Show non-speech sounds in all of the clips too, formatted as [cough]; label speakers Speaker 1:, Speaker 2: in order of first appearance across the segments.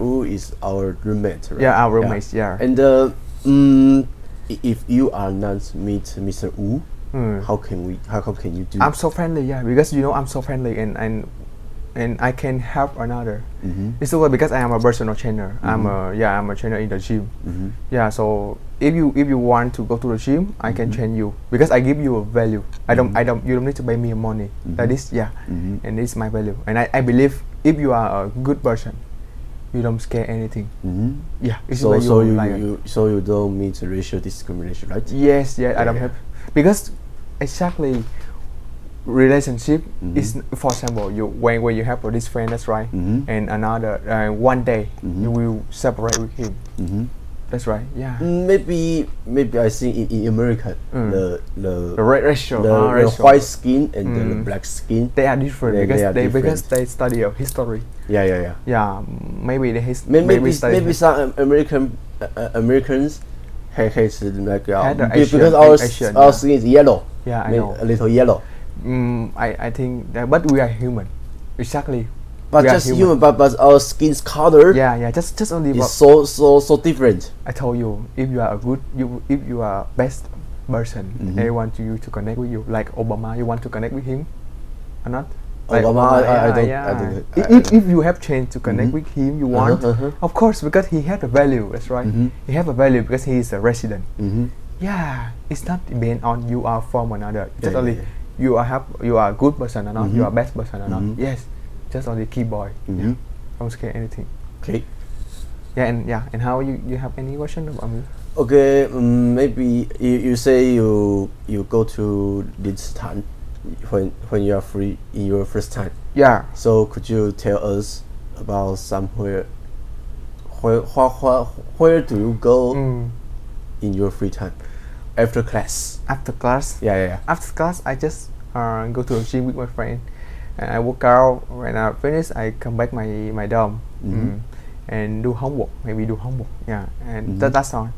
Speaker 1: Wu is our roommate, right?
Speaker 2: Yeah, our roommates, yeah.
Speaker 1: And uh, mm, i- if you are not meet Mr. Wu, how can we? How, how can you do?
Speaker 2: Hmm. I'm so friendly, yeah, because you know I'm so friendly and and and I can help another.
Speaker 1: Mm-hmm.
Speaker 2: It's also because I am a personal trainer. I'm a yeah, I'm a trainer in the gym.
Speaker 1: Mm-hmm.
Speaker 2: Yeah, so if you if you want to go to the gym, I
Speaker 1: Mm-hmm.
Speaker 2: can train you because I give you a value. I don't I don't you don't need to pay me money.
Speaker 1: Mm-hmm.
Speaker 2: That is yeah, and it's my value. And I, I believe if you are a good person, you don't scare anything.
Speaker 1: Mhm.
Speaker 2: Yeah, it's
Speaker 1: So
Speaker 2: like
Speaker 1: so
Speaker 2: you
Speaker 1: you,
Speaker 2: like-
Speaker 1: you so you don't meet racial discrimination, right?
Speaker 2: Yes, yeah, I don't
Speaker 1: Yeah.
Speaker 2: have because exactly relationship
Speaker 1: Mm-hmm.
Speaker 2: is for example you when, when you have this friend that's right
Speaker 1: Mhm.
Speaker 2: and another uh, one day
Speaker 1: Mhm.
Speaker 2: you will separate with him
Speaker 1: Mhm.
Speaker 2: that's right yeah
Speaker 1: Mm, Maybe maybe I think in, in America
Speaker 2: Mm.
Speaker 1: the the
Speaker 2: the ra- ratio,
Speaker 1: the,
Speaker 2: ah,
Speaker 1: the
Speaker 2: ratio.
Speaker 1: white skin and the, the
Speaker 2: Mm.
Speaker 1: black skin.
Speaker 2: they are different
Speaker 1: They-
Speaker 2: because
Speaker 1: they
Speaker 2: they,
Speaker 1: are
Speaker 2: because
Speaker 1: different.
Speaker 2: they study of history
Speaker 1: Yeah, yeah, yeah.
Speaker 2: yeah maybe they his,
Speaker 1: May- Maybe
Speaker 2: study
Speaker 1: maybe some um, American uh, uh, Americans hate hates like uh,
Speaker 2: Had the
Speaker 1: be-
Speaker 2: Asian-
Speaker 1: because our s-
Speaker 2: Asian,
Speaker 1: our
Speaker 2: yeah.
Speaker 1: skin is yellow.
Speaker 2: Yeah, I
Speaker 1: May-
Speaker 2: know.
Speaker 1: A little yellow.
Speaker 2: mm, I, I think that, but we are human exactly
Speaker 1: But
Speaker 2: we are
Speaker 1: just human. but but our skin's color
Speaker 2: yeah yeah just just only
Speaker 1: is
Speaker 2: about
Speaker 1: so so so different.
Speaker 2: I told you, if you are a good, you if you are best person,
Speaker 1: Mm-hmm.
Speaker 2: they want you to connect with you. Like Obama, you want to connect with him, or not? Like
Speaker 1: Obama, I- I- I don't- I don't- I-
Speaker 2: If-
Speaker 1: I
Speaker 2: if, if you have chance to connect with him, you want,
Speaker 1: Uh-huh, Mm-hmm. uh-huh.
Speaker 2: of course, because he had a value. That's right. He have a value because he is a resident.
Speaker 1: Mhm.
Speaker 2: Yeah, it's not depend on you are from another. Just
Speaker 1: yeah,
Speaker 2: only
Speaker 1: yeah.
Speaker 2: you are have you are a good person or not. You
Speaker 1: Mhm.
Speaker 2: are best person or
Speaker 1: Mhm.
Speaker 2: not. Yes, just only key boy.
Speaker 1: Mhm.
Speaker 2: Don't scare anything.
Speaker 1: Okay.
Speaker 2: Yeah, and yeah, and how you you have any question about me?
Speaker 1: Okay, um, maybe you, you say you you go to this time when when you are free in your first time.
Speaker 2: Yeah.
Speaker 1: So could you tell us about somewhere where where, where, where do you go
Speaker 2: Mm.
Speaker 1: in your free time after class?
Speaker 2: after class
Speaker 1: Yeah, yeah, yeah.
Speaker 2: after class i just uh, go to the gym with my friend and i work out when i finish i come back my my dorm Mm. and do homework maybe do homework yeah and that, that's all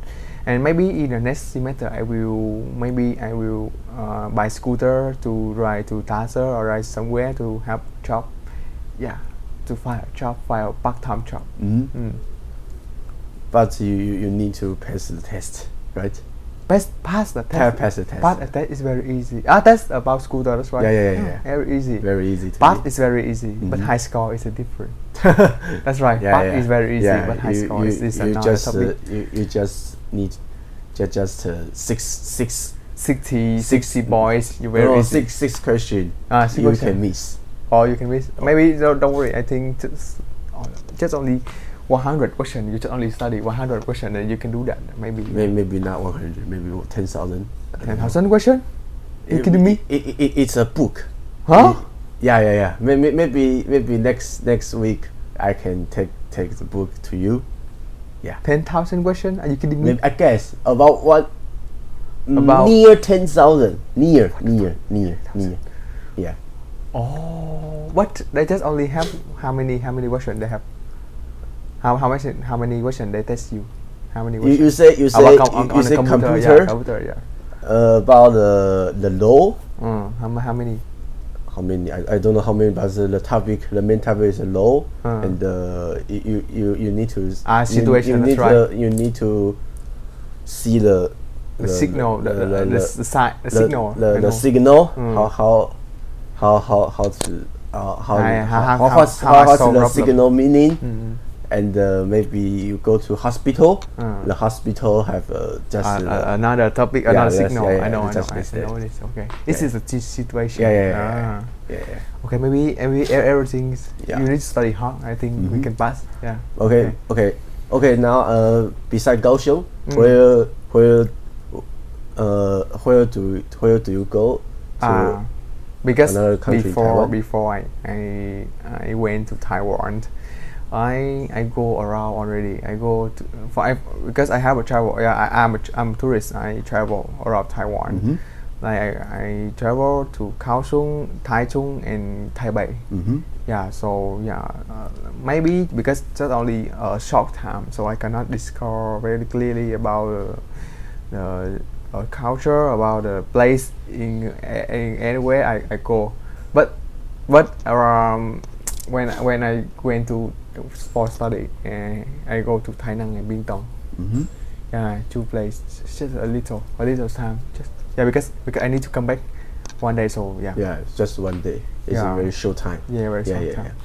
Speaker 2: and maybe in the next semester i will maybe i will uh, buy scooter to ride to Tazar or ride somewhere to have job yeah to find a job find a part-time job
Speaker 1: Mhm.
Speaker 2: Mm.
Speaker 1: But you, you, you need to pass the test, right?
Speaker 2: Pass, pass the test.
Speaker 1: pass the test.
Speaker 2: Pass the test is very easy. Ah, that's about scooter, that's right.
Speaker 1: Yeah, yeah, yeah, yeah.
Speaker 2: Very easy.
Speaker 1: Very easy to
Speaker 2: Pass
Speaker 1: me.
Speaker 2: is very easy, but
Speaker 1: Mhm.
Speaker 2: high score is a
Speaker 1: [laughs]
Speaker 2: different. that's right.
Speaker 1: Yeah,
Speaker 2: pass
Speaker 1: yeah.
Speaker 2: is very easy,
Speaker 1: Yeah,
Speaker 2: but high
Speaker 1: you,
Speaker 2: score
Speaker 1: you,
Speaker 2: is, is
Speaker 1: you
Speaker 2: another
Speaker 1: just uh,
Speaker 2: topic.
Speaker 1: you, you just need just just uh, six six
Speaker 2: 60, 60 boys, you very
Speaker 1: no,
Speaker 2: easy.
Speaker 1: six six question
Speaker 2: Ah, six
Speaker 1: you
Speaker 2: question.
Speaker 1: can Oh. miss.
Speaker 2: Or you can miss. Maybe no, don't worry. I think just oh, just only 100 question. You just only study 100 question, and you can do that. Maybe
Speaker 1: Maybe, maybe not one hundred, maybe ten thousand.
Speaker 2: 10,000 question. You kidding me?
Speaker 1: It, it, it, it's a book.
Speaker 2: Huh?
Speaker 1: Yeah, yeah, yeah. Maybe maybe maybe next next week I can take take the book to you.
Speaker 2: 10,000 question? Are you kidding me?
Speaker 1: Maybe I guess about what Mm,
Speaker 2: Hmm? About-
Speaker 1: near ten thousand. Near near near near. Yeah.
Speaker 2: Oh, what? They just only have how many? How many question they have? How how much? How many question they test you? How many
Speaker 1: You,
Speaker 2: question?
Speaker 1: you say you
Speaker 2: Ah,
Speaker 1: say
Speaker 2: what com-
Speaker 1: you, you say
Speaker 2: Yeah,
Speaker 1: computer,
Speaker 2: computer. Yeah.
Speaker 1: uh, about the the law.
Speaker 2: Mm, how, ma- how many?
Speaker 1: How many? I, I don't know how many, but the the topic, the main topic is the law,
Speaker 2: Ah.
Speaker 1: and uh, you- you you you need to
Speaker 2: Ah,
Speaker 1: you-
Speaker 2: situation,
Speaker 1: You
Speaker 2: that's
Speaker 1: need
Speaker 2: right.
Speaker 1: the- you need to see the
Speaker 2: The, signal. The the, the, s- the, si-
Speaker 1: the-
Speaker 2: the signal.
Speaker 1: the,
Speaker 2: I
Speaker 1: the
Speaker 2: know.
Speaker 1: signal
Speaker 2: Mm.
Speaker 1: how how how how how to uh, how,
Speaker 2: I-
Speaker 1: how, how,
Speaker 2: how- how-
Speaker 1: how,
Speaker 2: how-
Speaker 1: what's-
Speaker 2: how
Speaker 1: how
Speaker 2: I
Speaker 1: what's
Speaker 2: solve
Speaker 1: the
Speaker 2: problem.
Speaker 1: signal meaning
Speaker 2: Mm.
Speaker 1: and uh, maybe you go to hospital
Speaker 2: Mm.
Speaker 1: the hospital have uh, just
Speaker 2: Uh,
Speaker 1: the-
Speaker 2: uh, another topic,
Speaker 1: Yeah,
Speaker 2: another
Speaker 1: yes,
Speaker 2: signal.
Speaker 1: yeah, yeah,
Speaker 2: I know, I know,
Speaker 1: just
Speaker 2: I,
Speaker 1: missed
Speaker 2: I
Speaker 1: it.
Speaker 2: know this. Okay, this is a t- situation.
Speaker 1: yeah, yeah, yeah,
Speaker 2: Ah.
Speaker 1: yeah, yeah, yeah.
Speaker 2: Okay, maybe every everything.
Speaker 1: Yeah. Mm-hmm.
Speaker 2: You need to study hard. I think we can pass. Yeah.
Speaker 1: Okay, okay, okay. Now, uh, beside Kaohsiung,
Speaker 2: Mm.
Speaker 1: where where uh where do where do you go to?
Speaker 2: Ah, because
Speaker 1: another country,
Speaker 2: before
Speaker 1: Taiwan?
Speaker 2: before I, I I went to Taiwan, I I go around already. I go to for I, because I have a travel. Yeah, I, I'm a, tr- I'm a tourist. I travel around Taiwan.
Speaker 1: Mm-hmm.
Speaker 2: Like I, I travel to Kaohsiung, Taichung, and Taipei.
Speaker 1: Mhm.
Speaker 2: Yeah, so yeah, uh, maybe because just only a short time, so I cannot discover very clearly about uh, the uh, culture, about the place in, a- in anywhere I, I go. But but um, when when I went to for study and I go to Tainan and Bintong.
Speaker 1: Mm-hmm.
Speaker 2: Yeah, two place just a little, a little time. Just yeah, because because I need to come back one day. So yeah,
Speaker 1: Yeah, it's just one day. It's
Speaker 2: Yeah.
Speaker 1: a very short time.
Speaker 2: yeah, very
Speaker 1: yeah,
Speaker 2: short
Speaker 1: yeah,
Speaker 2: time.
Speaker 1: yeah.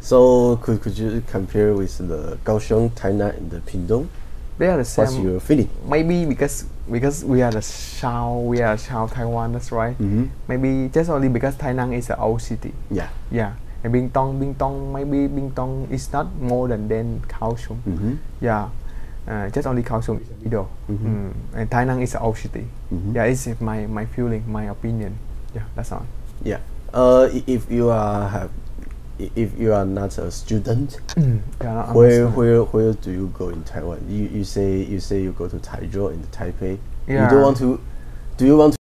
Speaker 1: So could, could you compare with the Kaohsiung, Tainan, and the Pingdong?
Speaker 2: They are the same.
Speaker 1: What's your feeling?
Speaker 2: Maybe because because we are the Shao, we are Shao Taiwan. That's right.
Speaker 1: Mm-hmm.
Speaker 2: Maybe just only because Tainan is an old city.
Speaker 1: Yeah.
Speaker 2: Yeah, and Bintong, Bintong, maybe Bintong is not more than than Kaohsiung.
Speaker 1: Mm-hmm.
Speaker 2: Yeah, uh, just only Kaohsiung is the middle,
Speaker 1: Mhm.
Speaker 2: mm. and Tainan is an old city.
Speaker 1: Mhm.
Speaker 2: Yeah, it's my my feeling, my opinion. Yeah, that's all.
Speaker 1: Yeah. Uh, i- if you are have, i- if you are not a student,
Speaker 2: Yeah, not
Speaker 1: where
Speaker 2: understand.
Speaker 1: where where do you go in Taiwan? You you say you say you go to Taichung and Taipei. You
Speaker 2: Yeah.
Speaker 1: don't want to. Do you want